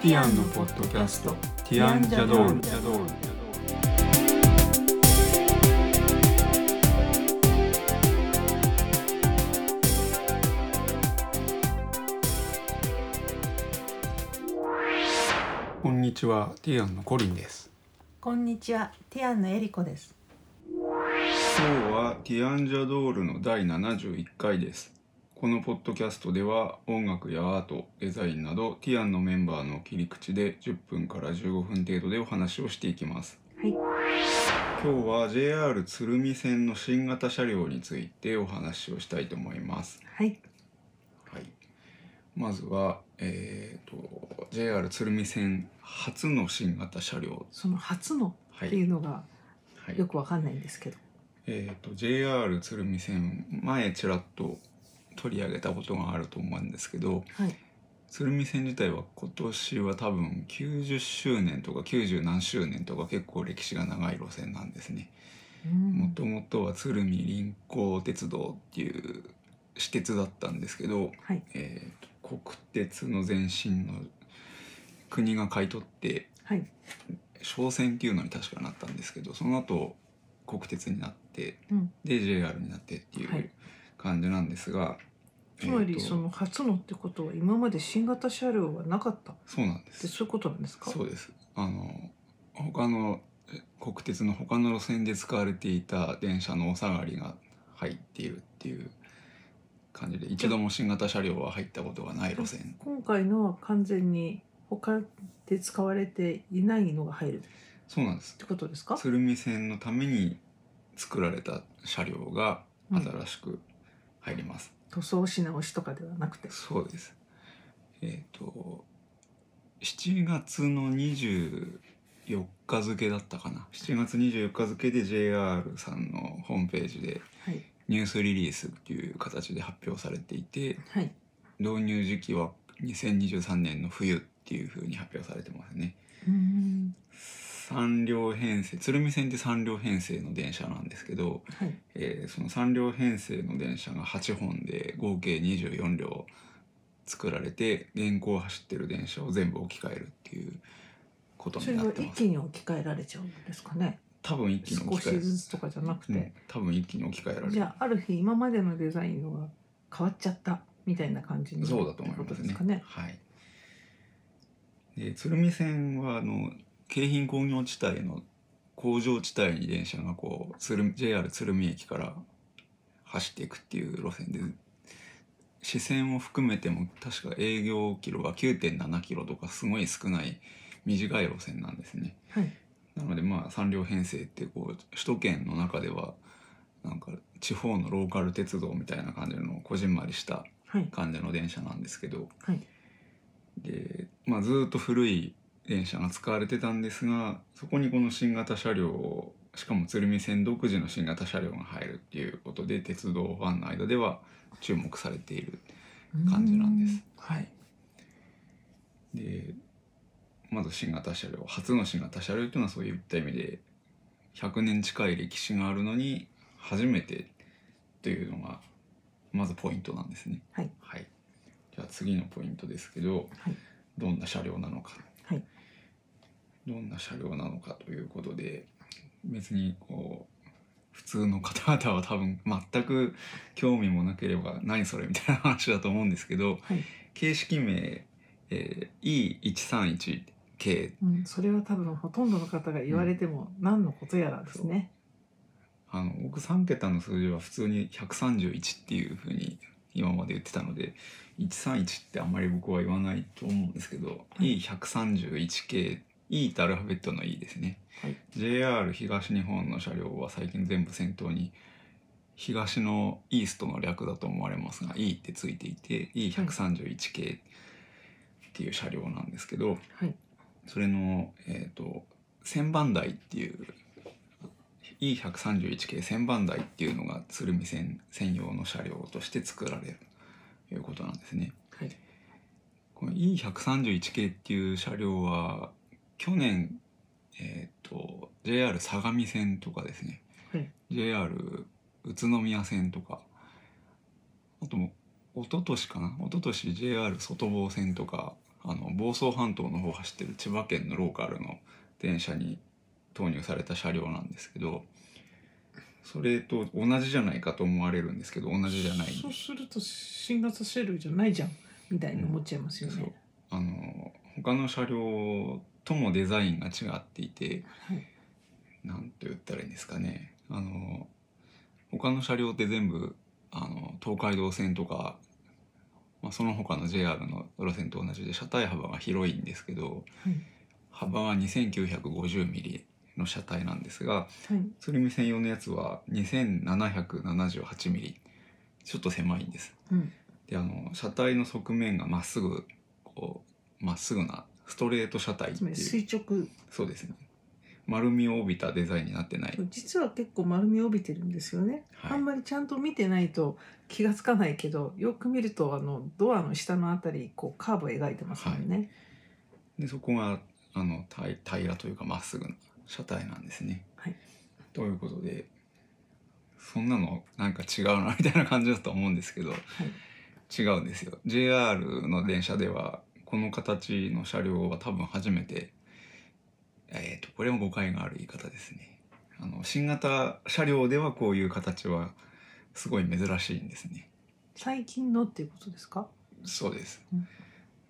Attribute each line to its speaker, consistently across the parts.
Speaker 1: ッドキャスト「ティアンジャドール」こんにちはティアンのコリンです
Speaker 2: こんにちは、ティアンのエリコです。
Speaker 1: 今日はティアンジャドールの第71回ですこのポッドキャストでは音楽やアートデザインなどティアンのメンバーの切り口で10分から15分程度でお話をしていきます
Speaker 2: はい、
Speaker 1: 今日は JR 鶴見線の新型車両についてお話をしたいと思います。
Speaker 2: はい、
Speaker 1: はい、まずは、えー、と JR 鶴見線初の新型車両、
Speaker 2: その初の
Speaker 1: は
Speaker 2: ってい
Speaker 1: いう
Speaker 2: のが
Speaker 1: はい
Speaker 2: よくわかんないんですけど。
Speaker 1: えー、と JR 鶴見線前ちらっと取り上げたことがあると思うんですけど
Speaker 2: はい、
Speaker 1: 鶴見線自体は今年は多分90周年とか90何周年とか結構歴史が長い路線なんですね。
Speaker 2: うん
Speaker 1: もともとは鶴見臨港鉄道っていう私鉄だったんですけど、
Speaker 2: はい、
Speaker 1: えー国鉄の前身の国が買い取って
Speaker 2: はい、
Speaker 1: 商船っていうのに確かなったんですけどその後国鉄になって、
Speaker 2: うん
Speaker 1: で JR になってってい
Speaker 2: は
Speaker 1: う
Speaker 2: い
Speaker 1: 感じなんですが、
Speaker 2: つま
Speaker 1: えー
Speaker 2: り
Speaker 1: と
Speaker 2: その初のってことは今まで新型車両はなかったっ
Speaker 1: そうなんで
Speaker 2: て
Speaker 1: す
Speaker 2: そういうことなんですか。
Speaker 1: そうですあの他のえ国鉄の他の路線で使われていた電車のお下がりが入っているっていう感じで一度も新型車両は入ったことがない路線
Speaker 2: 今回のは完全に他で使われていないのが入るっ
Speaker 1: そうなんです
Speaker 2: てことですか。
Speaker 1: 鶴見線のために作られた車両が
Speaker 2: うん
Speaker 1: 新しく入ります、
Speaker 2: 塗装し直しとかではなくて。
Speaker 1: そうですえっ、と7月の24日付だったかな7月24日付で JR さんのホームページで
Speaker 2: はい、
Speaker 1: ニュースリリースっていう形で発表されていて
Speaker 2: はい、
Speaker 1: 導入時期は2023年の冬っていうふうに発表されてますね
Speaker 2: うん、
Speaker 1: 3両編成鶴見線って3両編成の電車なんですけど、
Speaker 2: はい、
Speaker 1: えーその3両編成の電車が8本で合計24両作られて現行走ってる電車を全部置き換えるっていうこと
Speaker 2: それ
Speaker 1: になっ
Speaker 2: は
Speaker 1: て
Speaker 2: 一
Speaker 1: ます
Speaker 2: 気に置き換えられちゃうんですかね。
Speaker 1: 多分一気に
Speaker 2: 少
Speaker 1: 置き換
Speaker 2: し
Speaker 1: え
Speaker 2: ずつとかじゃなくて。
Speaker 1: うん多分一気に置き換えられる
Speaker 2: じゃあある日今までのデザインのが変わっちゃったみたいな感じになる
Speaker 1: そうだと思い
Speaker 2: って
Speaker 1: ま
Speaker 2: こ
Speaker 1: す
Speaker 2: とで
Speaker 1: ね
Speaker 2: すかね。
Speaker 1: はい、で鶴見線はあの京浜工業地帯の工場地帯に電車がこう鶴見 JR 鶴見駅から走っていくっていう路線で支線を含めても確か営業キロが9.7キロとかすごい少ない短い路線なんですね。
Speaker 2: はい。
Speaker 1: なのでまあ3両編成ってこう首都圏の中ではなんか地方のローカル鉄道みたいな感じのこじんまりした
Speaker 2: はい。
Speaker 1: 感じの電車なんですけど、
Speaker 2: はい。
Speaker 1: で、まあ、ずーっと古い電車が使われてたんですがそこにこの新型車両をしかも鶴見線独自の新型車両が入るっていうことで鉄道ファンの間では注目されている感じなんです
Speaker 2: うーん。はい。
Speaker 1: でまず新型車両初の新型車両っていうのはそういった意味で100年近い歴史があるのに初めてというのがまずポイントなんですね。
Speaker 2: はい、
Speaker 1: じゃあ次のポイントですけど、
Speaker 2: はい
Speaker 1: どんな車両なのか、
Speaker 2: はい
Speaker 1: どんな車両なのかということで別にこう普通の方々は多分全く興味もなければ何それみたいな話だと思うんですけど
Speaker 2: はい。
Speaker 1: 形式名、えー E131 系
Speaker 2: うん。それは多分ほとんどの方が言われても何のことやらですね。
Speaker 1: あの僕3桁の数字は普通に131っていうふうに今まで言ってたので131ってあんまり僕は言わないと思うんですけど、
Speaker 2: はい
Speaker 1: E131 系 E ってアルファベットの E ですね、
Speaker 2: はい
Speaker 1: JR 東日本の車両は最近全部先頭に東のイーストの略だと思われますが E ってついていて E131 系っていう車両なんですけど、
Speaker 2: はい。
Speaker 1: それの、えー、と千番台っていう E131 系千番台っていうのが鶴見線専用の車両として作られるということなんですね。
Speaker 2: はい。
Speaker 1: この E131 系っていう車両は去年、えー、と JR 相模線とかですね、
Speaker 2: はい
Speaker 1: JR 宇都宮線とかあとも一昨年かな一昨年 JR 外房線とかあの房総半島の方を走ってる千葉県のローカルの電車に投入された車両なんですけどそれと同じじゃないかと思われるんですけど同じじゃないん
Speaker 2: そう
Speaker 1: です
Speaker 2: すると新型車両じゃないじゃんみたいに思っちゃいますよ
Speaker 1: そう
Speaker 2: ね。
Speaker 1: あの他の車両ともデザインが違っていて
Speaker 2: はい
Speaker 1: 何と言ったらいいんですかねあの他の車両って全部あの東海道線とか、まあ、その他の JR の路線と同じで車体幅が広いんですけど
Speaker 2: はい
Speaker 1: 幅は 2950mm の車体なんですが
Speaker 2: はい
Speaker 1: 鶴見専用のやつは 2778mm ちょっと狭いんです。
Speaker 2: うん
Speaker 1: であの車体の側面がまっすぐこうまっすぐなストレート車体っ
Speaker 2: つ
Speaker 1: て
Speaker 2: まり
Speaker 1: いう
Speaker 2: 垂直
Speaker 1: そうですね丸みを帯びたデザインになってない
Speaker 2: 実は結構丸みを帯びてるんですよね、
Speaker 1: はい
Speaker 2: あんまりちゃんと見てないと気がつかないけどよく見るとあのドアの下のあたりこうカーブを描いてますもんね。
Speaker 1: でそこがあの平平らというかまっすぐな車体なんですね。
Speaker 2: はい
Speaker 1: ということでそんなのなんか違うなみたいな感じだと思うんですけど、違うんですよ。JR の電車ではこの形の車両は多分初めてえー、とこれも誤解がある言い方ですねあの新型車両ではこういう形はすごい珍しいんですね
Speaker 2: 最近のっていうことですか？
Speaker 1: そうです、
Speaker 2: うん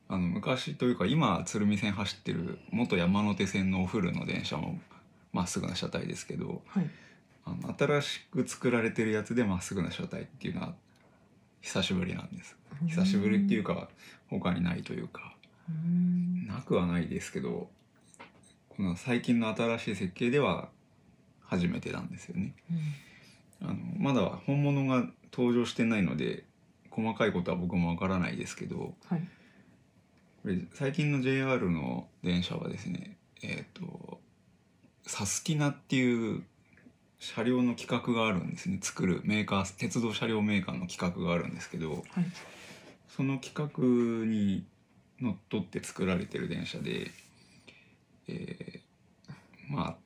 Speaker 1: あの昔というか今鶴見線走ってる元山手線のお古の電車もまっすぐな車体ですけど
Speaker 2: はい。
Speaker 1: あの新しく作られてるやつでまっすぐな車体っていうのは久しぶりなんです久しぶりっていう
Speaker 2: か。
Speaker 1: か他にないというか
Speaker 2: うん
Speaker 1: なくはないですけどこの最近の新しい設計では初めてなんですよねあのまだ本物が登場してないので細かいことは僕もわからないですけどこ
Speaker 2: はい。
Speaker 1: れ最近の JR の電車はですねえっ、とサスティナっていう車両の企画があるんですね作るメーカー鉄道車両メーカーの企画があるんですけど
Speaker 2: はい。
Speaker 1: その企画にのっとって作られてる電車で、えーまあ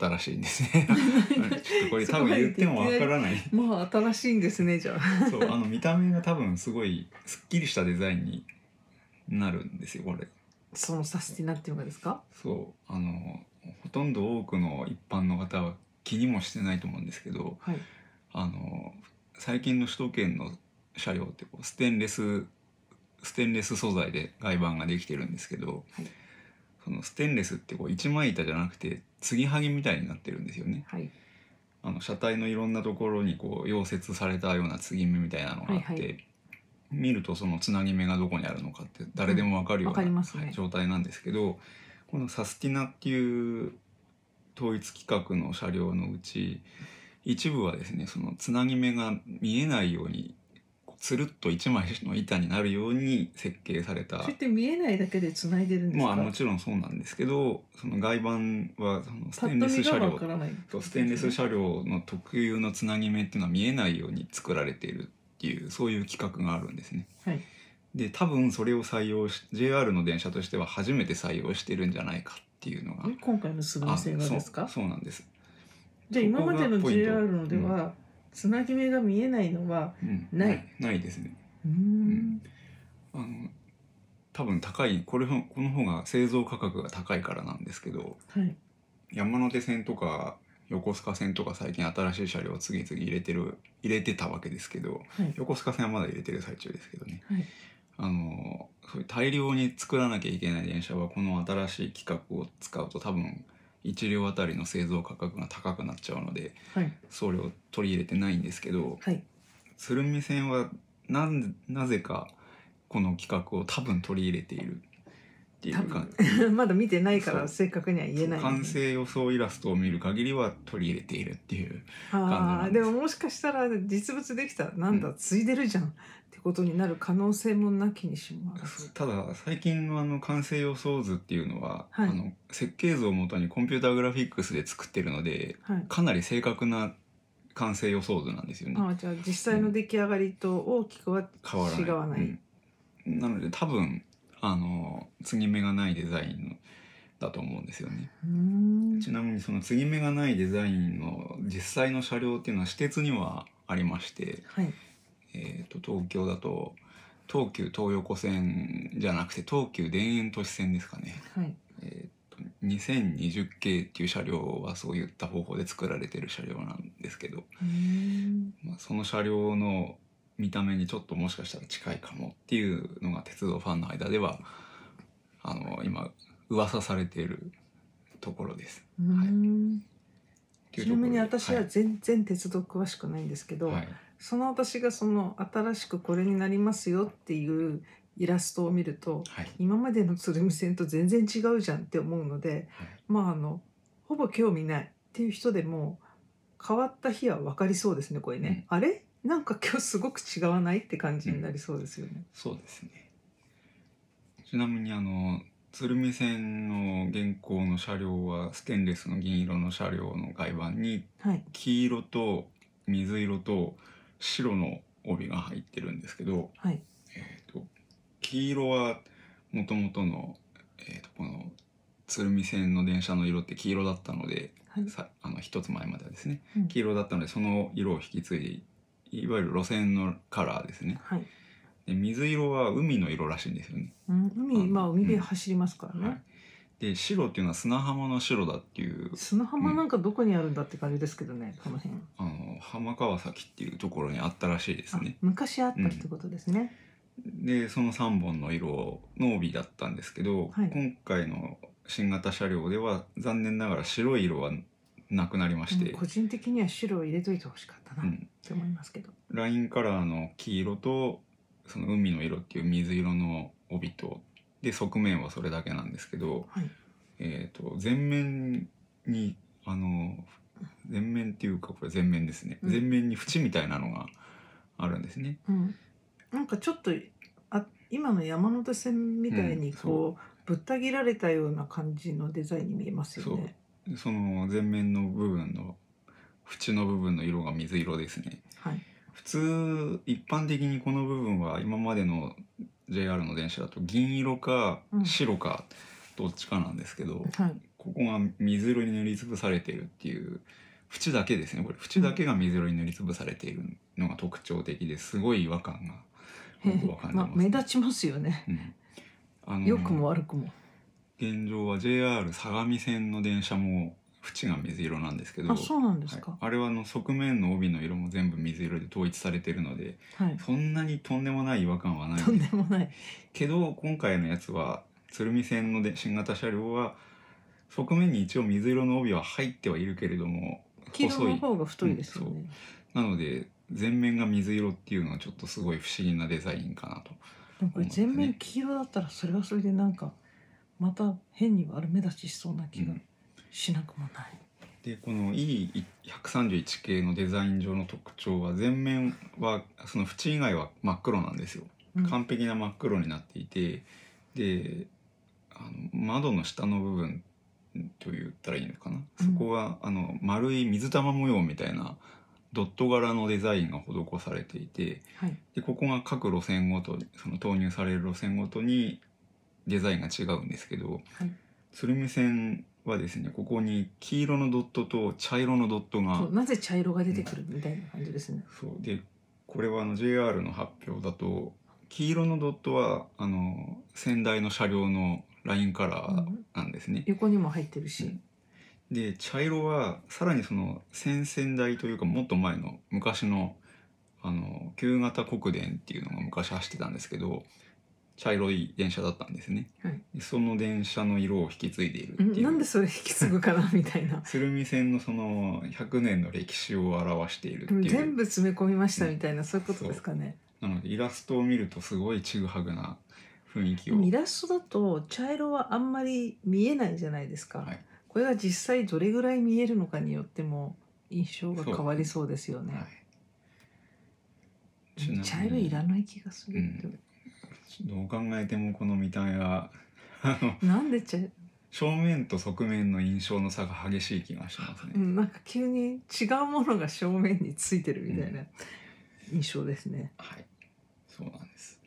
Speaker 1: 新しいんですねちょっとこれ多分言ってもわからない
Speaker 2: まあ新しいんですねじゃあ。
Speaker 1: そうあの見た目が多分すごいすっきりしたデザインになるんですよこれ
Speaker 2: そのサスティナっていうのがですか？
Speaker 1: そうあのほとんど多くの一般の方は気にもしてないと思うんですけど
Speaker 2: はい。
Speaker 1: あの最近の首都圏の車両ってこうステンレスステンレス素材で外板ができてるんですけど、
Speaker 2: はい
Speaker 1: そのステンレスってこう一枚板じゃなくて継ぎはぎみたいになってるんですよね
Speaker 2: はい。
Speaker 1: あの車体のいろんなところにこう溶接されたような継ぎ目みたいなのがあって、
Speaker 2: はいは
Speaker 1: 見るとそのつなぎ目がどこにあるのかって誰でも分かるような、
Speaker 2: うんわかりますね
Speaker 1: はい状態なんですけどこの「サスティナ」っていう統一規格の車両のうち一部はですねそのつなぎ目が見えないようにこうつるっと一枚の板になるように設計された
Speaker 2: それって見えないだけで繋いでるんです
Speaker 1: ま
Speaker 2: か？
Speaker 1: あもちろんそうなんですけどその外板はそのス
Speaker 2: パ
Speaker 1: テ
Speaker 2: ッ
Speaker 1: ン
Speaker 2: と
Speaker 1: レス
Speaker 2: 見
Speaker 1: 車
Speaker 2: が
Speaker 1: 両
Speaker 2: わからない。
Speaker 1: そうステンレス車両の特有のつなぎ目っていうのは見えないように作られているっていうそういう企画があるんですね。
Speaker 2: はい。
Speaker 1: で多分それを採用し JR の電車としては初めて採用してるんじゃないかっていうのが。
Speaker 2: 今回のス
Speaker 1: あ
Speaker 2: ル線がですか
Speaker 1: そうそうなんです、
Speaker 2: じゃあ今までの
Speaker 1: ここがポイント
Speaker 2: JR のではつなぎ目が見えないのは
Speaker 1: うん
Speaker 2: ない
Speaker 1: ないないですね
Speaker 2: うーん
Speaker 1: あの多分高いこれほこの方が製造価格が高いからなんですけど
Speaker 2: はい
Speaker 1: 山手線とか横須賀線とか最近新しい車両を次々入れてる入れてたわけですけど
Speaker 2: はい
Speaker 1: 横須賀線はまだ入れてる最中ですけどね
Speaker 2: はい
Speaker 1: あのそういう大量に作らなきゃいけない電車はこの新しい企画を使うと多分1両あたりの製造価格が高くなっちゃうので
Speaker 2: はい
Speaker 1: 送料取り入れてないんですけど
Speaker 2: はい
Speaker 1: 鶴見線はなんなぜかこの企画を多分取り入れているっていう
Speaker 2: 多
Speaker 1: か
Speaker 2: 分まだ見てないか
Speaker 1: そ
Speaker 2: ら
Speaker 1: う
Speaker 2: 正確には言えない
Speaker 1: 完成予想イラストを見る限りは取り入れているっていう
Speaker 2: あ
Speaker 1: 感じな
Speaker 2: ー
Speaker 1: んで
Speaker 2: ですももしかしたら実物できたなんだ、
Speaker 1: う
Speaker 2: ついでるじゃんってことになる可能性もなきにしもあらず
Speaker 1: ただ最近のあの完成予想図っていうのは、
Speaker 2: はい
Speaker 1: あの設計図をもとにコンピューターグラフィックスで作ってるので
Speaker 2: はい
Speaker 1: かなり正確な完成予想図なんですよね
Speaker 2: あーじゃあ実際の出来上がりと大きくは
Speaker 1: 変わらない
Speaker 2: 違わない
Speaker 1: うんなので多分あの継ぎ目がないデザインだと思うんですよね
Speaker 2: うーん
Speaker 1: ちなみにその継ぎ目がないデザインの実際の車両っていうのは私鉄にはありまして、
Speaker 2: はい
Speaker 1: えー、と東京だと東急東横線じゃなくて東急田園都市線ですかね、
Speaker 2: はい
Speaker 1: えー、と2020系っていう車両はそういった方法で作られてる車両なんですけど、
Speaker 2: うーん
Speaker 1: まあ、その車両の見た目にちょっともしかしたら近いかもっていうのが鉄道ファンの間ではあの今噂されているところです。
Speaker 2: うーん
Speaker 1: という
Speaker 2: ち
Speaker 1: と
Speaker 2: な
Speaker 1: ころ
Speaker 2: み
Speaker 1: で
Speaker 2: に私は全然鉄道詳しくないんですけど、
Speaker 1: はいはい
Speaker 2: その私がその新しくこれになりますよっていうイラストを見ると
Speaker 1: はい
Speaker 2: 今までの鶴見線と全然違うじゃんって思うのでまああのほぼ興味ないっていう人でも変わった日は分かりそうですねこれね、あれなんか今日すごく違わないって感じになりそうですよね、
Speaker 1: そうですね。ちなみにあの鶴見線の現行の車両はステンレスの銀色の車両の外板に
Speaker 2: はい
Speaker 1: 黄色と水色と白の帯が入ってるんですけど、
Speaker 2: はい
Speaker 1: えー、と黄色はもともとの、えー、とこの鶴見線の電車の色って黄色だったので
Speaker 2: はい
Speaker 1: さあの一つ前まではですね
Speaker 2: うん
Speaker 1: 黄色だったのでその色を引き継いでいわゆる路線のカラーですね
Speaker 2: はい、
Speaker 1: で水色は海の色らしいんですよね、
Speaker 2: うん、海
Speaker 1: うん
Speaker 2: まあ海辺走りますからね、
Speaker 1: はい、で白っていうのは砂浜の白だっていう
Speaker 2: 砂浜なんかどこにあるんだって感じですけどね、この辺
Speaker 1: あの浜川崎っていうところにあったらしいです
Speaker 2: あ
Speaker 1: ね
Speaker 2: 昔あったってことですね、
Speaker 1: でその3本の色の帯だったんですけど、
Speaker 2: はい
Speaker 1: 今回の新型車両では残念ながら白い色はなくなりまして、
Speaker 2: うん個人的には白を入れといてほしかった
Speaker 1: う
Speaker 2: なっ
Speaker 1: ん
Speaker 2: て思いますけど、
Speaker 1: ラインカラーの黄色とその海の色っていう水色の帯とで側面はそれだけなんですけど、
Speaker 2: はい
Speaker 1: えー、と前面にあの前面っていうかこれ前面ですね、
Speaker 2: うん
Speaker 1: 前面に縁みたいなのがあるんですね。
Speaker 2: うん、なんかちょっとあ今の山手線みたいにこう、ぶった切られたような感じのデザインに見えますよね。
Speaker 1: その前面の部分の縁の部分の色が水色ですね
Speaker 2: はい、
Speaker 1: 普通一般的にこの部分は今までの JR の電車だと銀色か
Speaker 2: うん
Speaker 1: 白かどっちかなんですけど、
Speaker 2: はい、
Speaker 1: ここが水色に塗りつぶされてるっていう縁だけですねこれ縁だけが水色に塗りつぶされているのが特徴的ですごい違和感が僕は感じ
Speaker 2: ま
Speaker 1: ます、
Speaker 2: あ目立ちますよね。
Speaker 1: うんあの
Speaker 2: 良くも悪くも。
Speaker 1: 現状は JR 相模線の電車も縁が水色なんですけど
Speaker 2: あ、そうなんです
Speaker 1: は
Speaker 2: か
Speaker 1: い。あれはあの側面の帯の色も全部水色で統一されてるので
Speaker 2: はい。
Speaker 1: そんなにとんでもない違和感はない
Speaker 2: とんでもない。
Speaker 1: けど今回のやつは鶴見線ので新型車両は側面に一応水色の帯は入ってはいるけれども
Speaker 2: 黄色
Speaker 1: 細
Speaker 2: の
Speaker 1: い
Speaker 2: 方が太いですよね。
Speaker 1: なので全面が水色っていうのはちょっとすごい不思議なデザインかなと
Speaker 2: でもこれ全面黄色だったらそれはそれでなんかまた変に悪目立ちしそうな気がしなくもない。
Speaker 1: でこの E131 系のデザイン上の特徴は全面はその縁以外は真っ黒なんですよ
Speaker 2: うん
Speaker 1: 完璧な真っ黒になっていてであの窓の下の部分と言ったらいいのかな、
Speaker 2: うん
Speaker 1: そこはあの丸い水玉模様みたいなドット柄のデザインが施されていて
Speaker 2: はい。
Speaker 1: でここが各路線ごとにその投入される路線ごとにデザインが違うんですけど、
Speaker 2: はい
Speaker 1: 鶴見線はですねここに黄色のドットと茶色のドットが
Speaker 2: そうなぜ茶色が出てくるみたいな感じですね。
Speaker 1: そうでこれはあの JR の発表だと黄色のドットはあの仙台の車両のラインカラー
Speaker 2: うん
Speaker 1: なんですね、
Speaker 2: 横にも入ってるし。
Speaker 1: で茶色はさらにその先々代というかもっと前の昔のあの旧型国電っていうのが昔走ってたんですけど茶色い電車だったんですね、
Speaker 2: はい
Speaker 1: でその電車の色を引き継いでいるっ
Speaker 2: ん
Speaker 1: てい
Speaker 2: なん
Speaker 1: う
Speaker 2: でそれ引き継ぐかなみたいな
Speaker 1: 鶴見線のその100年の歴史を表しているっていう
Speaker 2: 全部詰め込みましたみたいな、そういうことですかね
Speaker 1: なのでイラストを見るとすごいちぐはぐな雰囲気
Speaker 2: で
Speaker 1: を
Speaker 2: もイラストだと茶色はあんまり見えないじゃないですか、
Speaker 1: はい
Speaker 2: これが実際どれぐらい見えるのかによっても印象が変わりそうですよね
Speaker 1: いちなみに
Speaker 2: 茶色いらない気がする、
Speaker 1: うんどう考えてもこの見た目はあの
Speaker 2: なんで茶、う
Speaker 1: 正面と側面の印象の差が激しい気がしますね、
Speaker 2: ん、なんか急に違うものが正面についてるみたいな印象ですね、
Speaker 1: はいそうなんです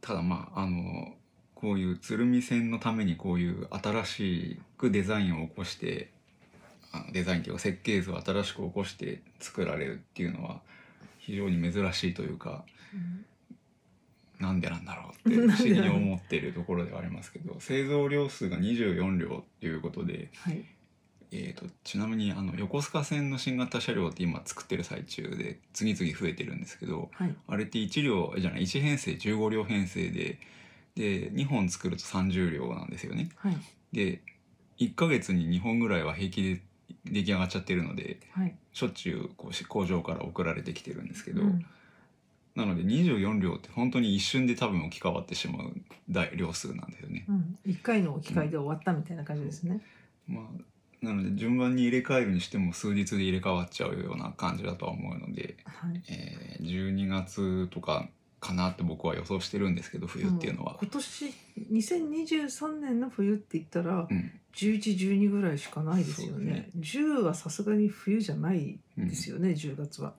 Speaker 1: ただまああのこういう鶴見線のためにこういう新しくデザインを起こしてあのデザインというか設計図を新しく起こして作られるっていうのは非常に珍しいというか
Speaker 2: うん
Speaker 1: なんでなんだろうって不思議に思ってるところではありますけど製造量数が24両ということで、
Speaker 2: はい
Speaker 1: えー、とちなみにあの横須賀線の新型車両って今作ってる最中で次々増えてるんですけど
Speaker 2: はい
Speaker 1: あれって1両じゃない1編成15両編成でで2本作ると30両なんですよね。
Speaker 2: はい
Speaker 1: で1ヶ月に2本ぐらいは平気で出来上がっちゃってるので
Speaker 2: はい
Speaker 1: しょっちゅうこうし工場から送られてきてるんですけど、
Speaker 2: うん
Speaker 1: なので24両って本当に一瞬で多分置き換わってしまう大量数なんだよね。
Speaker 2: うん、1回の機会で終わったみたいな感じですね。
Speaker 1: まあ、なので順番に入れ替えるにしても数日で入れ替わっちゃうような感じだとは思うので、
Speaker 2: はい
Speaker 1: えー12月とかかなって僕は予想してるんですけど冬っていうのは
Speaker 2: 今。年2023年の冬って言ったら
Speaker 1: うん
Speaker 2: 1112ぐらいしかないですよ
Speaker 1: そうです
Speaker 2: ね
Speaker 1: ね
Speaker 2: 10はさすがに冬じゃない
Speaker 1: うん
Speaker 2: ですよね、10月は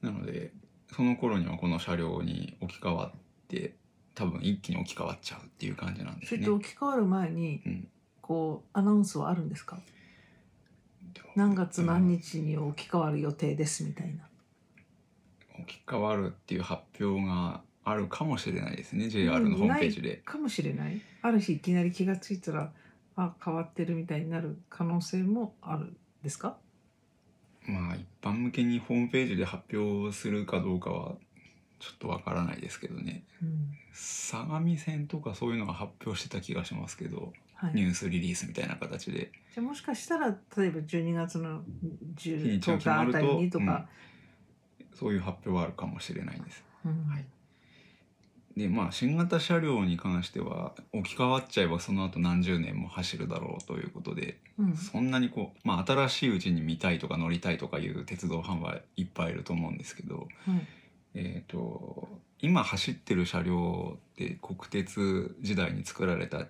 Speaker 1: なのでその頃にはこの車両に置き換わって多分一気に置き換わっちゃうっていう感じなんで
Speaker 2: そ
Speaker 1: す
Speaker 2: れ
Speaker 1: ね
Speaker 2: と。置き換わる前に、
Speaker 1: うん
Speaker 2: こうアナウンスはあるんですか何月何日に置き換わる予定ですみたいな、
Speaker 1: うん置き換わるっていう発表があるかもしれないですね JR のホームページで。
Speaker 2: かもしれないある日いきなり気がついたらあ変わってるみたいになる可能性もあるんですか
Speaker 1: まあ一般向けにホームページで発表するかどうかはちょっとわからないですけどね
Speaker 2: うん
Speaker 1: 相模線とかそういうのが発表してた気がしますけど
Speaker 2: はい、
Speaker 1: ニュースリリースみたいな形で
Speaker 2: じゃあもしかしたら例えば12月の
Speaker 1: 日
Speaker 2: 10
Speaker 1: にちが
Speaker 2: 10
Speaker 1: 決ま
Speaker 2: 日あ
Speaker 1: ると
Speaker 2: たりにとか、
Speaker 1: そういう発表はあるかもしれないです。
Speaker 2: うん
Speaker 1: はいでまあ新型車両に関しては置き換わっちゃえばその後何十年も走るだろうということで
Speaker 2: うん
Speaker 1: そんなにこう、まあ、新しいうちに見たいとか乗りたいとかいう鉄道販売いっぱいいると思うんですけど、
Speaker 2: はい
Speaker 1: えー、と今走ってる車両って国鉄時代に作られた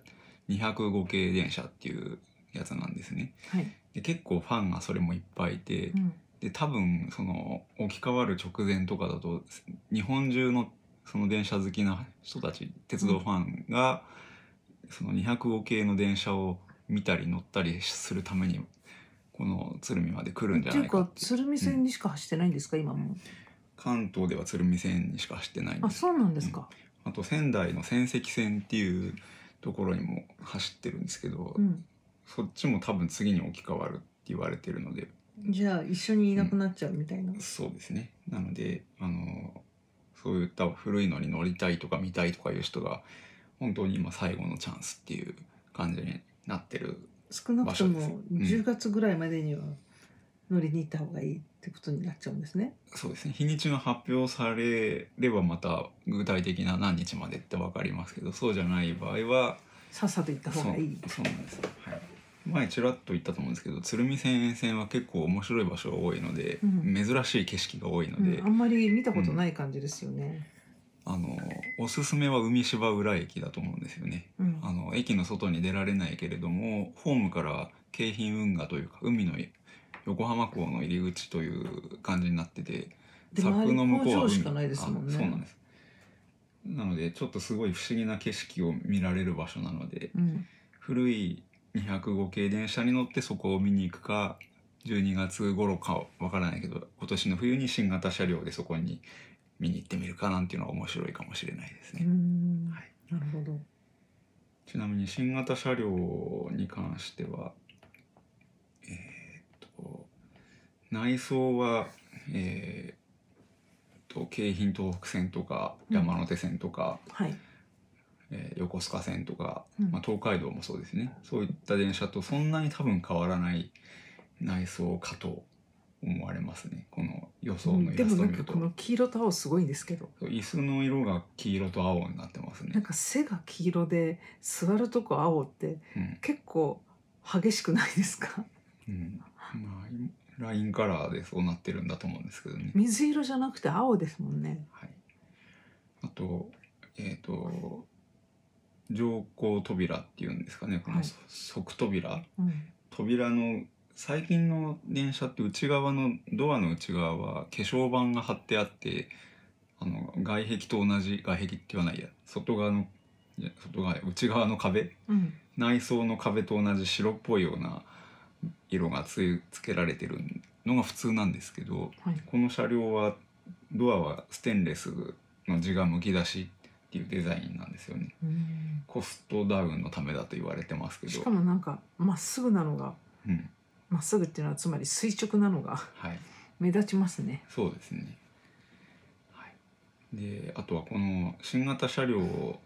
Speaker 1: 205系電車っていうやつなんですね
Speaker 2: はい
Speaker 1: で結構ファンがそれもいっぱいいて
Speaker 2: うん
Speaker 1: で多分その置き換わる直前とかだと日本中のその電車好きな人たち鉄道ファンがその205系の電車を見たり乗ったりするためにこの鶴見まで来るんじゃ
Speaker 2: ってい
Speaker 1: ないうかっ
Speaker 2: か
Speaker 1: ていう
Speaker 2: 鶴見線にしか走ってないんですか、今も
Speaker 1: 関東では鶴見線にしか走ってないん
Speaker 2: あ
Speaker 1: です
Speaker 2: そうなんですか、
Speaker 1: あと仙台の仙石線っていうところにも走ってるんですけど、
Speaker 2: うん
Speaker 1: そっちも多分次に置き換わるって言われてるので
Speaker 2: じゃあ一緒にいなくなっちゃうみたいな、
Speaker 1: そうですねなのであのそういった古いのに乗りたいとか見たいとかいう人が本当に今最後のチャンスっていう感じになってる
Speaker 2: 少なくと
Speaker 1: 場所
Speaker 2: も
Speaker 1: ですうん
Speaker 2: 10月ぐらいまでには乗りに行った方がいいってことになっちゃうんですね、
Speaker 1: そうですね日にちが発表されればまた具体的な何日までって分かりますけどそうじゃない場合は
Speaker 2: さっさと行った方がいい
Speaker 1: そうそうなんです、はい、前ちらっと言ったと思うんですけど鶴見線沿線は結構面白い場所が多いので、
Speaker 2: うん
Speaker 1: 珍しい景色が多いの
Speaker 2: う
Speaker 1: で、
Speaker 2: ん、あんまり見たことない感じですよね、
Speaker 1: あのおすすめは海芝浦駅だと思うんですよね
Speaker 2: うん
Speaker 1: あの駅の外に出られないけれどもホームから京浜運河というか海の横浜港の入り口という感じになってて
Speaker 2: で周り工場しか
Speaker 1: 海
Speaker 2: ないですもんね
Speaker 1: あそうなんですなのでちょっとすごい不思議な景色を見られる場所なので
Speaker 2: うん
Speaker 1: 古い205系電車に乗ってそこを見に行くか12月頃かわからないけど今年の冬に新型車両でそこに見に行ってみるかなんていうのは面白いかもしれないです
Speaker 2: う
Speaker 1: ね。
Speaker 2: ん
Speaker 1: はい
Speaker 2: なるほど
Speaker 1: ちなみに新型車両に関してはえーっと内装はえーっと京浜東北線とか
Speaker 2: うん
Speaker 1: 山手線とか、
Speaker 2: はい、
Speaker 1: えー横須賀線とか
Speaker 2: うん
Speaker 1: まあ、東海道もそうですねそういった電車とそんなに多分変わらない内装かと思われますねこの予想のイ
Speaker 2: で
Speaker 1: ラ
Speaker 2: も
Speaker 1: スト
Speaker 2: な
Speaker 1: を
Speaker 2: ん
Speaker 1: 見
Speaker 2: か
Speaker 1: ると
Speaker 2: この黄色と青すごいんですけど
Speaker 1: そう椅子の色が黄色と青になってます
Speaker 2: なん
Speaker 1: ね、
Speaker 2: か背が黄色で座るとこ青って
Speaker 1: うん
Speaker 2: 結構激しくないですか
Speaker 1: うんまあ今、ラインカラーでそうなってるんだと思うんですけどね、
Speaker 2: 水色じゃなくて青ですもんね
Speaker 1: はい、あとえっ、と乗降扉っていうんですかねこ
Speaker 2: は
Speaker 1: の
Speaker 2: い
Speaker 1: そ側扉、
Speaker 2: うん
Speaker 1: 扉の最近の電車って内側のドアの内側は化粧板が貼ってあってあの外壁と同じ外壁って言わないや外側のいや外側内側の壁
Speaker 2: うん
Speaker 1: 内装の壁と同じ白っぽいような色がつつけられてるのが普通なんですけど
Speaker 2: はい
Speaker 1: この車両はドアはステンレスの地がむき出しっていうデザインなんですよね
Speaker 2: うん
Speaker 1: コストダウンのためだと言われてますけど
Speaker 2: しかもなんかまっすぐなのが
Speaker 1: うん
Speaker 2: まっすぐっていうのはつまり垂直なのが
Speaker 1: はい、
Speaker 2: 目立ちますね。
Speaker 1: そうですね、はい、であとはこの新型車両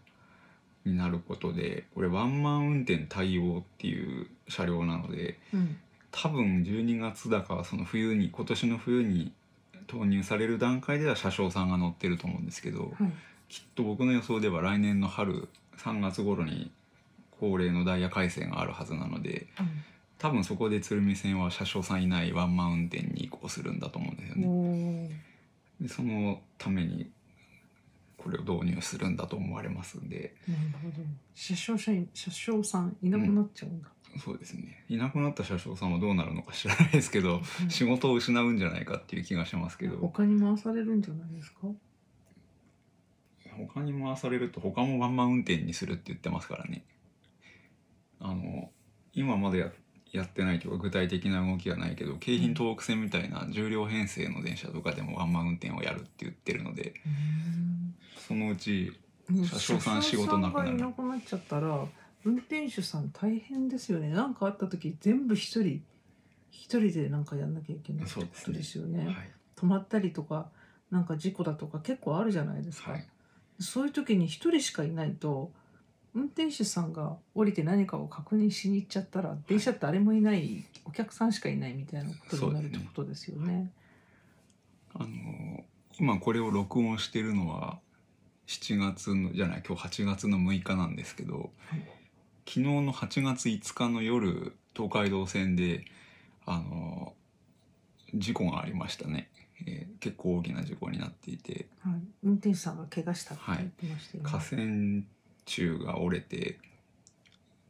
Speaker 1: になることでこれワンマン運転対応っていう車両なので
Speaker 2: うん、
Speaker 1: 多分12月だかその冬に今年の冬に投入される段階では車掌さんが乗ってると思うんですけど、
Speaker 2: はい、
Speaker 1: きっと僕の予想では来年の春3月頃に恒例のダイヤ改正があるはずなので多分そこで鶴見線は車掌さんいないワンマン運転に移行するんだと思うんですよ
Speaker 2: うん、
Speaker 1: ね。
Speaker 2: おー
Speaker 1: でそのためにこれを導入するんだと思われますんで
Speaker 2: なるほど。車掌社員、車掌さんいなくなっちゃうんだ。
Speaker 1: そうですねいなくなった車掌さんはどうなるのか知らないですけど
Speaker 2: うん
Speaker 1: 仕事を失うんじゃないかっていう気がしますけど
Speaker 2: 他に回されるんじゃないですか。
Speaker 1: 他に回されると他もワンマン運転にするって言ってますからねあの今までややってないというか具体的な動きはないけど京浜東北線みたいな重量編成の電車とかでもワンマン運転をやるって言ってるのでそのうち
Speaker 2: ね
Speaker 1: 車掌さん仕事なくなる
Speaker 2: 車掌さんがいなくなっちゃったら、運転手さん大変ですよね。なんかあった時、全部一人。一人でなんかやんなきゃいけないって
Speaker 1: そう
Speaker 2: こ
Speaker 1: です
Speaker 2: と
Speaker 1: ね
Speaker 2: ですよ
Speaker 1: は
Speaker 2: ね。
Speaker 1: い
Speaker 2: 止まったりとか、なんか事故だとか、結構あるじゃないですか。
Speaker 1: はい
Speaker 2: そういう時に一人しかいないと。運転手さんが降りて何かを確認しに行っちゃったら電車誰もいないお客さんしかいないみたいなことになるってことですよね。
Speaker 1: あの今これを録音してるのは7月のじゃない今日8月の6日なんですけど、
Speaker 2: はい
Speaker 1: 昨日の8月5日の夜東海道線であの事故がありましたね、えー結構大きな事故になっていて
Speaker 2: はい、運転手さんが怪我したって言ってましたよね。
Speaker 1: 架線柱が折れて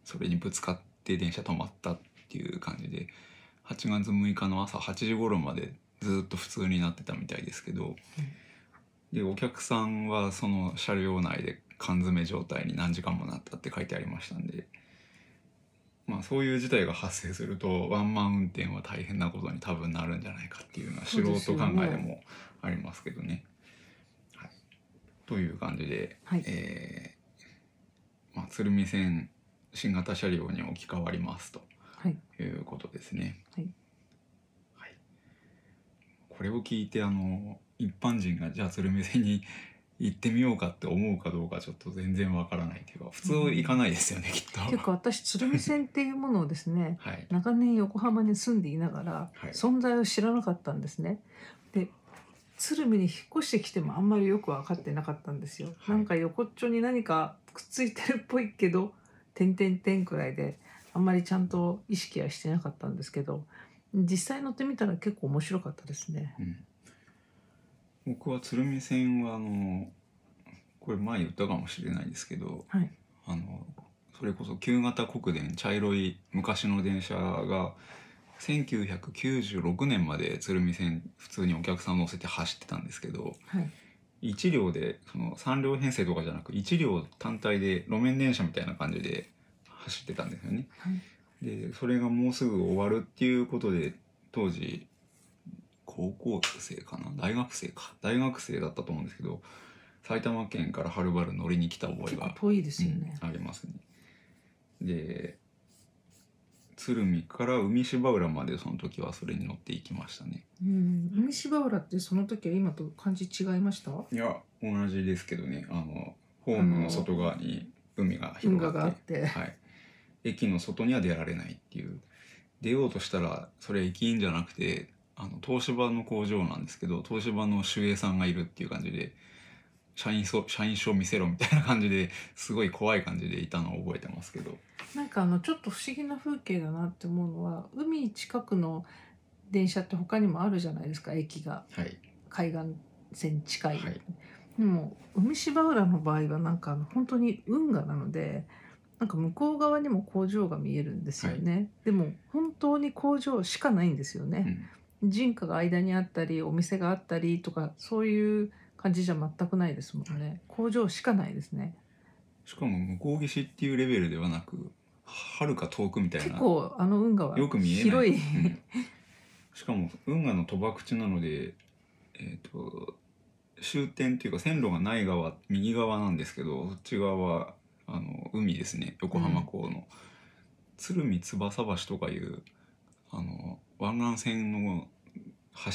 Speaker 1: それにぶつかって電車止まったっていう感じで8月6日の朝8時頃までずっと普通になってたみたいですけど、でお客さんはその車両内で缶詰状態に何時間もなったって書いてありましたんで。まあ、そういう事態が発生するとワンマン運転は大変なことに多分なるんじゃないかっていうのは
Speaker 2: そ
Speaker 1: 素
Speaker 2: うで
Speaker 1: 人
Speaker 2: すよ
Speaker 1: 考
Speaker 2: ね
Speaker 1: えでもありますけどね。はい、という感じで
Speaker 2: はい、
Speaker 1: えーまあ、鶴見線新型車両に置き換わります
Speaker 2: はい、
Speaker 1: ということですね。
Speaker 2: はい
Speaker 1: はいこれを聞いてあの一般人がじゃあ鶴見線に 行ってみようかって思うかどうかちょっと全然わからないというか普通行かないですよね、き っと。
Speaker 2: 結構私鶴見線っていうものをですね
Speaker 1: はい、
Speaker 2: 長年横浜に住んでいながら
Speaker 1: はい
Speaker 2: 存在を知らなかったんですね。で鶴見に引っ越してきてもあんまりよく分かってなかったんですよ。
Speaker 1: はい
Speaker 2: なんか横っちょに何かくっついてるっぽいけど「てんてんてん」くらいであんまりちゃんと意識はしてなかったんですけど実際乗ってみたら結構面白かったですね。
Speaker 1: うん、僕は鶴見線はあのこれ前言ったかもしれないですけど、
Speaker 2: はい
Speaker 1: あのそれこそ旧型国電茶色い昔の電車が1996年まで鶴見線普通にお客さん乗せて走ってたんですけど
Speaker 2: はい、
Speaker 1: 1両でその3両編成とかじゃなく1両単体で路面電車みたいな感じで走ってたんですよね。
Speaker 2: はい
Speaker 1: でそれがもうすぐ終わるっていうことで当時高校生かな大学生か大学生だったと思うんですけど埼玉県からはるばる乗りに来た覚え
Speaker 2: 結構
Speaker 1: が、
Speaker 2: 遠いですよね。
Speaker 1: うんありますね。で鶴見から海芝浦までその時はそれに乗っていきましたね。
Speaker 2: うん、海芝浦ってその時は今と感じ違いました
Speaker 1: いや同じですけどねあのホームの外側に海が
Speaker 2: 運
Speaker 1: 広が
Speaker 2: 河
Speaker 1: って
Speaker 2: があって
Speaker 1: はい、駅の外には出られないっていう出ようとしたらそれ駅員じゃなくてあの東芝の工場なんですけど東芝の守衛さんがいるっていう感じで社員そ社員証見せろみたいな感じですごい怖い感じでいたのを覚えてますけど
Speaker 2: なんかあのちょっと不思議な風景だなって思うのは海近くの電車って他にもあるじゃないですか駅が
Speaker 1: はい
Speaker 2: 海岸線近い、
Speaker 1: はい
Speaker 2: でも海芝浦の場合はなんかあの本当に運河なのでなんか向こう側にも工場が見えるんですよね、でも本当に工場しかないんですよね、
Speaker 1: うん
Speaker 2: 人家が間にあったりお店があったりとかそういう感じじゃ全くないですもんね工場しかないですね
Speaker 1: しかも向こう岸っていうレベルではなくはるか遠くみたい
Speaker 2: 結
Speaker 1: な
Speaker 2: 構あの運河は
Speaker 1: よく見えない
Speaker 2: 広い、
Speaker 1: うんしかも運河の賭博地なのでえっ、と終点っていうか線路がない側右側なんですけどそっち側はあの海ですね横浜港の、鶴見翼橋とかいうあの湾岸線の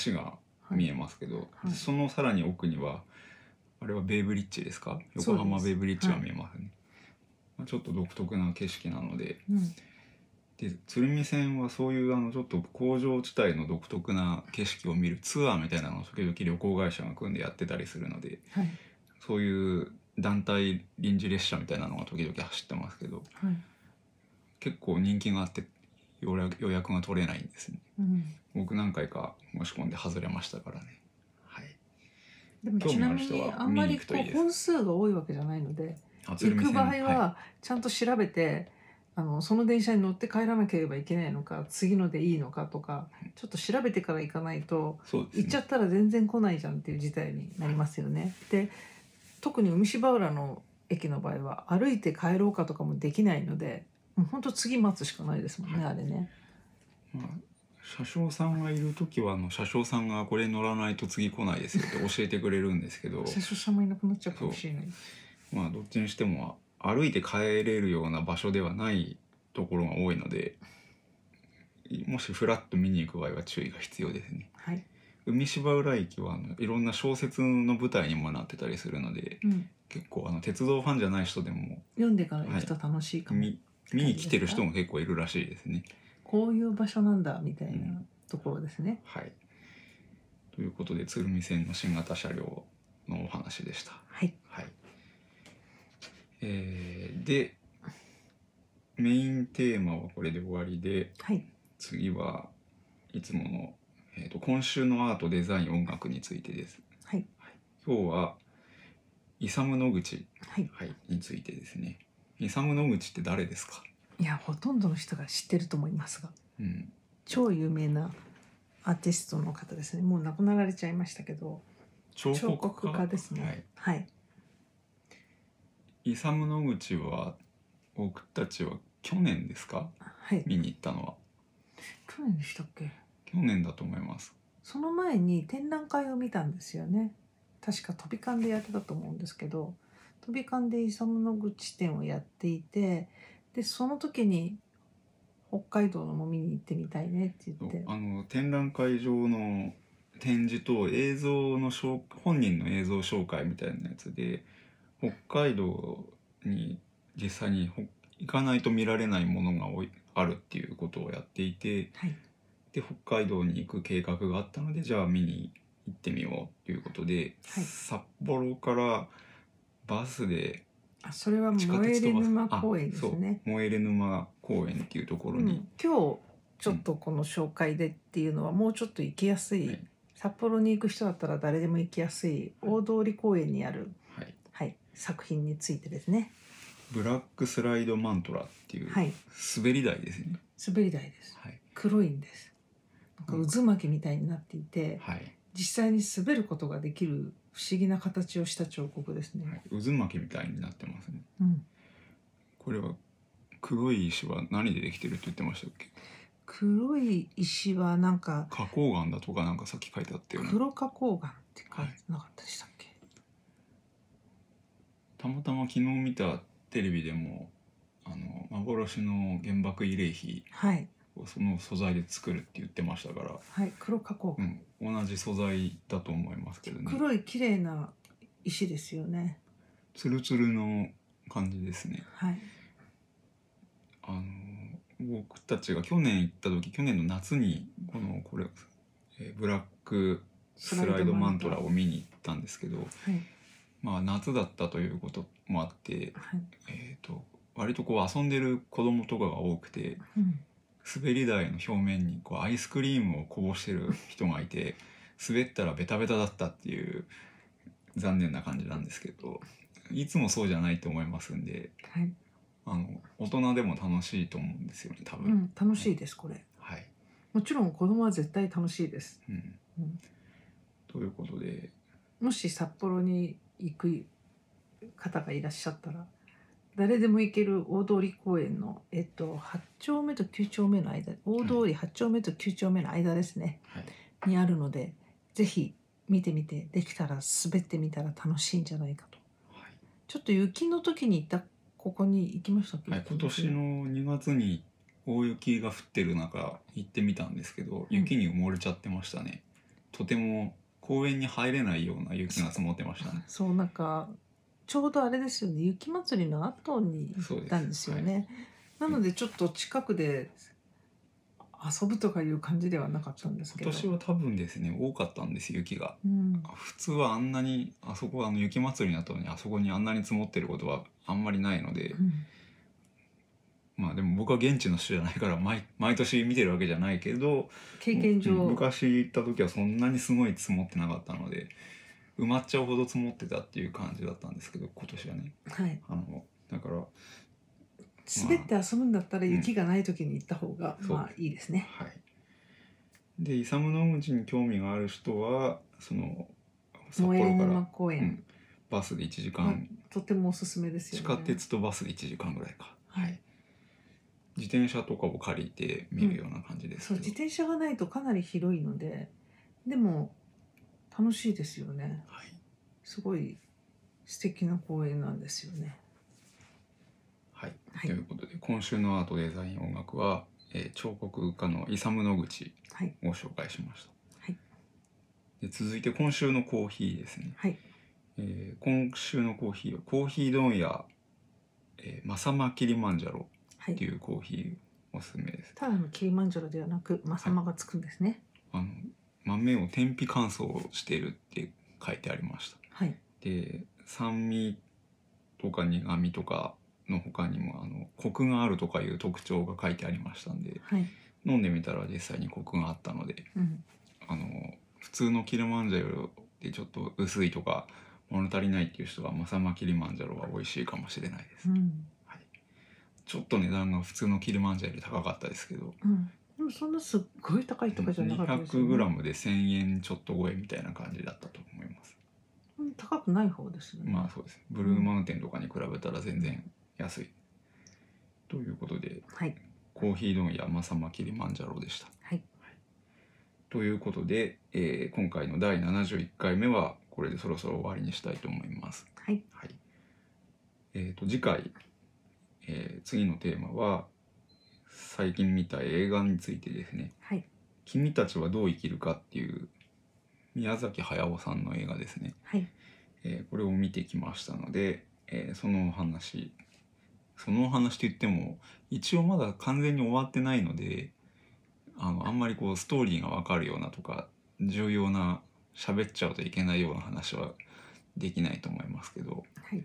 Speaker 1: 橋が見えますけど、
Speaker 2: い
Speaker 1: そのさらに奥にはあれはベイブリッジですか
Speaker 2: そうです
Speaker 1: 横浜ベイブリッジが見えますね、まあちょっと独特な景色なので
Speaker 2: うん
Speaker 1: で鶴見線はそういうあのちょっと工場地帯の独特な景色を見るツアーみたいなのを時々旅行会社が組んでやってたりするので
Speaker 2: はい
Speaker 1: そういう団体臨時列車みたいなのが時々走ってますけど
Speaker 2: はい
Speaker 1: 結構人気があって予約予約が取れないんですね
Speaker 2: うん、
Speaker 1: 僕何回か申し込んで外れましたからねはい
Speaker 2: でも
Speaker 1: 興
Speaker 2: ち
Speaker 1: 味
Speaker 2: な
Speaker 1: のある
Speaker 2: み
Speaker 1: 人
Speaker 2: に
Speaker 1: は
Speaker 2: あん
Speaker 1: 見
Speaker 2: ま
Speaker 1: に
Speaker 2: り
Speaker 1: 行く
Speaker 2: こと
Speaker 1: いいで
Speaker 2: う
Speaker 1: す
Speaker 2: 本数が多いわけじゃないので
Speaker 1: あ
Speaker 2: 行く場合
Speaker 1: い、
Speaker 2: はちゃんと調べて、あのその電車に乗って帰らなければいけないのか次のでいいのかとかちょっと調べてから行かないと
Speaker 1: そうです
Speaker 2: 行っ
Speaker 1: ね
Speaker 2: ちゃったら全然来ないじゃんっていう事態になりますよね。で特に海芝浦の駅の場合は歩いて帰ろうかとかもできないのでもうほんと次待つしかないですもんねあれね。
Speaker 1: まあ車掌さんがいる時はあの車掌さんがこれ乗らないと次来ないですよって教えてくれるんですけど
Speaker 2: 車掌さんもいなくなっちゃうかもしれない。
Speaker 1: まあどっちにしても歩いて帰れるような場所ではないところが多いのでもしフラッと見に行く場合は注意が必要ですね
Speaker 2: はい、
Speaker 1: 海芝浦駅はあのいろんな小説の舞台にもなってたりするので
Speaker 2: うん、
Speaker 1: 結構あの鉄道ファンじゃない人でも
Speaker 2: 読んでから行くと楽しいかも、
Speaker 1: 見見に来てる人も結構いるらしいですね
Speaker 2: こういう場所なんだみたいな
Speaker 1: うん
Speaker 2: ところですね。
Speaker 1: はいということで鶴見線の新型車両のお話でした
Speaker 2: はい
Speaker 1: はい。えーで、メインテーマはこれで終わりで、
Speaker 2: はい
Speaker 1: 次はいつもの、えーと今週のアート、デザイン、音楽についてです。
Speaker 2: はい。
Speaker 1: 今日は、イサム・ノグチ、
Speaker 2: はい、
Speaker 1: はい、についてですね。イサム・ノグチって誰ですか
Speaker 2: いやほとんどの人が知ってると思いますが
Speaker 1: うん。
Speaker 2: 超有名なアーティストの方ですねもう亡くなられちゃいましたけど
Speaker 1: 彫刻
Speaker 2: 彫
Speaker 1: 家
Speaker 2: 刻家です
Speaker 1: は
Speaker 2: ね
Speaker 1: い
Speaker 2: はい、
Speaker 1: イサム・ノグチは、僕たちは去年ですか
Speaker 2: はい
Speaker 1: 見に行ったのは。
Speaker 2: 去年でしたっけ
Speaker 1: 去年だと思います。
Speaker 2: その前に展覧会を見たんですよね確か飛び館でやってたと思うんですけど飛び館でイサムノグチ展をやっていてでその時に北海道のも見に行ってみたいねって
Speaker 1: そ
Speaker 2: 言っ
Speaker 1: う
Speaker 2: て
Speaker 1: あの展覧会場の展示と映像の紹本人の映像紹介みたいなやつで北海道に実際にほ行かないと見られないものがおいあるっていうことをやっていて
Speaker 2: はい
Speaker 1: で北海道に行く計画があったのでじゃあ見に行ってみようということで、
Speaker 2: はい
Speaker 1: 札幌からバスで
Speaker 2: あそれは
Speaker 1: 地下
Speaker 2: 萌え
Speaker 1: 鉄
Speaker 2: れ
Speaker 1: とバス
Speaker 2: 沼公園で
Speaker 1: あ
Speaker 2: す
Speaker 1: そう
Speaker 2: ね
Speaker 1: 萌えれ沼公園っていうところに、
Speaker 2: うん、今日ちょっとこの紹介でっていうのはもうちょっと行きやすい、
Speaker 1: はい
Speaker 2: 札幌に行く人だったら誰でも行きやすい大通公園にある、
Speaker 1: はい、
Speaker 2: はい、作品についてですね
Speaker 1: ブラックスライドマントラっていう
Speaker 2: はい
Speaker 1: 滑り台ですね。
Speaker 2: 滑り台です
Speaker 1: はい
Speaker 2: 黒いんですなんか渦巻きみたいになっていて
Speaker 1: はい、
Speaker 2: 実際に滑ることができる不思議な形をした彫刻ですね、
Speaker 1: はい、渦巻きみたいになってますね
Speaker 2: うん、
Speaker 1: これは黒い石は何でできてるって言ってましたっけ
Speaker 2: 黒い石はなんか
Speaker 1: 花崗岩だとかなんかさっき書いてあったよね
Speaker 2: 黒花崗岩って書いてなかったでしたっけ、
Speaker 1: たまたま昨日見たテレビでもあの幻の原爆慰霊碑
Speaker 2: はい
Speaker 1: をその素材で作るって言ってましたから、
Speaker 2: はい黒花崗岩
Speaker 1: うん、同じ素材だと思いますけどね
Speaker 2: 黒い綺麗な石ですよね。
Speaker 1: ツルツルの感じですね
Speaker 2: はい。
Speaker 1: あの僕たちが去年行った時去年の夏にこのこれ、えーブラックスライドマントラを見に行ったんですけど、
Speaker 2: はい。
Speaker 1: まあ、夏だったということもあって、
Speaker 2: はい。
Speaker 1: えー、と割とこう遊んでる子供とかが多くて
Speaker 2: うん。
Speaker 1: 滑り台の表面にこうアイスクリームをこぼしてる人がいて滑ったらベタベタだったっていう残念な感じなんですけどいつもそうじゃないと思いますんで
Speaker 2: はい。
Speaker 1: あの大人でも楽しいと思うんですよね多分。
Speaker 2: うん、楽しいです、これ。
Speaker 1: はい
Speaker 2: もちろん子供は絶対楽しいです。
Speaker 1: うん
Speaker 2: うん
Speaker 1: ということで
Speaker 2: もし札幌に行く方がいらっしゃったら。誰でも行ける大通公園の、えっと、八丁目と九丁目の間、大通り八丁目と九丁目の間ですね。
Speaker 1: はい
Speaker 2: にあるので、ぜひ見てみてできたら滑ってみたら楽しいんじゃないかと
Speaker 1: はい
Speaker 2: ちょっと雪の時に行ったここに行きましたっけ、
Speaker 1: はい、今年の2月に大雪が降ってる中行ってみたんですけど
Speaker 2: うん
Speaker 1: 雪に埋もれちゃってましたね、とても公園に入れないような雪が積もってま したね
Speaker 2: そうなんかちょうどあれですよね雪まつりの後に行ったんですよねなのでちょっと近くで遊ぶとかいう感じではなかったんですけど
Speaker 1: 今年は多分ですね多かったんです雪が
Speaker 2: うん、
Speaker 1: 普通はあんなにあそこあの雪祭りの後にあそこにあんなに積もってることはあんまりないので、
Speaker 2: うん
Speaker 1: まあでも僕は現地の人じゃないから毎毎年見てるわけじゃないけど
Speaker 2: 経験上、
Speaker 1: うん昔行った時はそんなにすごい積もってなかったので埋まっちゃうほど積もってたっていう感じだったんですけど今年はね
Speaker 2: はい、
Speaker 1: あのだからは
Speaker 2: 滑って遊ぶんだったら雪がない時に行った方が、
Speaker 1: うん
Speaker 2: まあいいですね。
Speaker 1: いでイサム・ノグチに興味がある人はその札
Speaker 2: 萌え
Speaker 1: 幌か
Speaker 2: 沼
Speaker 1: ら
Speaker 2: 公園、
Speaker 1: うんバスで1時間、
Speaker 2: はとてもおすすめですよ
Speaker 1: 地下
Speaker 2: ね。
Speaker 1: 鉄とバスで1時間ぐらいか、
Speaker 2: はい、
Speaker 1: 自転車とかを借りて見るような感じですけ
Speaker 2: そう
Speaker 1: ど、
Speaker 2: 自転車がないとかなり広いので、でも楽しいですよね。
Speaker 1: はい
Speaker 2: すごい素敵な公園なんですよね。
Speaker 1: はい、
Speaker 2: はい
Speaker 1: ということで今週のアートデザイン音楽は、えー彫刻家のイサム・ノグチ
Speaker 2: はい
Speaker 1: を紹介しました、
Speaker 2: はい
Speaker 1: で続いて今週のコーヒーですね、
Speaker 2: はい
Speaker 1: えー今週のコーヒーはコーヒー問屋、えー、マサマキリマンジャロ
Speaker 2: は
Speaker 1: って
Speaker 2: い。
Speaker 1: いうコーヒーおすすめです
Speaker 2: ただのキリマンジャロではなくマサマがつくんですね。
Speaker 1: あの豆を天日乾燥してるって書いてありました
Speaker 2: はい。
Speaker 1: で酸味とか苦味とかの他にもあのコクがあるとかいう特徴が書いてありましたんで
Speaker 2: はい。
Speaker 1: 飲んでみたら実際にコクがあったので
Speaker 2: うん。
Speaker 1: あの普通のキリマンジャロでちょっと薄いとか物足りないっていう人はマサマキリマンジャロは美味しいかもしれないです、
Speaker 2: うん。
Speaker 1: ちょっと値段が普通のキリマンジャロより高かったですけど
Speaker 2: うん。でもそんなすっごい高いとかじゃなかったですよね。
Speaker 1: 200g で1,000円ちょっと超えみたいな感じだったと思います
Speaker 2: うん高くない方ですよね。
Speaker 1: まあそうですブルーマウンテンとかに比べたら全然安いということで
Speaker 2: はい。
Speaker 1: コーヒー問屋まさまキリマンジャロでした。
Speaker 2: はい
Speaker 1: ということで、えー今回の第71回目はこれでそろそろ終わりにしたいと思います。
Speaker 2: はい。
Speaker 1: はい、えーと次回、えー次のテーマは最近見た映画についてですね
Speaker 2: はい。
Speaker 1: 「君たちはどう生きるか」っていう宮崎駿さんの映画ですね、
Speaker 2: はい。
Speaker 1: えーこれを見てきましたので、えーそのお話そのお話といっても一応まだ完全に終わってないのであのあんまりこうストーリーが分かるようなとか重要な喋っちゃうといけないような話はできないと思いますけど
Speaker 2: はい。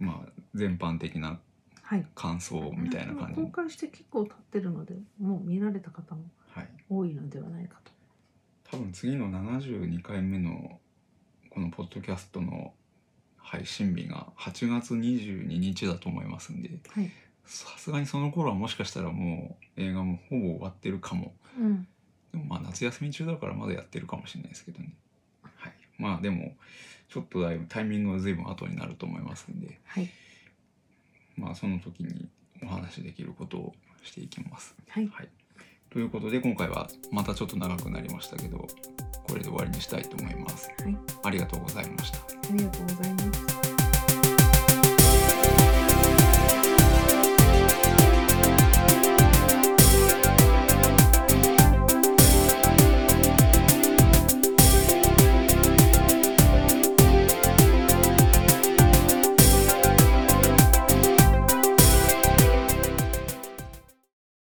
Speaker 1: まあ全般的な
Speaker 2: はい。
Speaker 1: 感想みたいな感じ
Speaker 2: 公開して結構経ってるので、もう見られた方も
Speaker 1: はい、
Speaker 2: 多いのではないかと。
Speaker 1: 多分次の72回目のこのポッドキャストの配信日が8月22日だと思いますんで
Speaker 2: はい。
Speaker 1: さすがにその頃はもしかしたらもう映画もほぼ終わってるかも
Speaker 2: うん。
Speaker 1: でもまあ夏休み中だからまだやってるかもしれないですけどねはいまあでもちょっとだいぶタイミングは随分後になると思いますんで
Speaker 2: はい。
Speaker 1: まあその時にお話しできることをしていきます
Speaker 2: はい。
Speaker 1: はいということで今回はまたちょっと長くなりましたけどこれで終わりにしたいと思います
Speaker 2: はい。
Speaker 1: ありがとうございました
Speaker 2: ありがとうございます。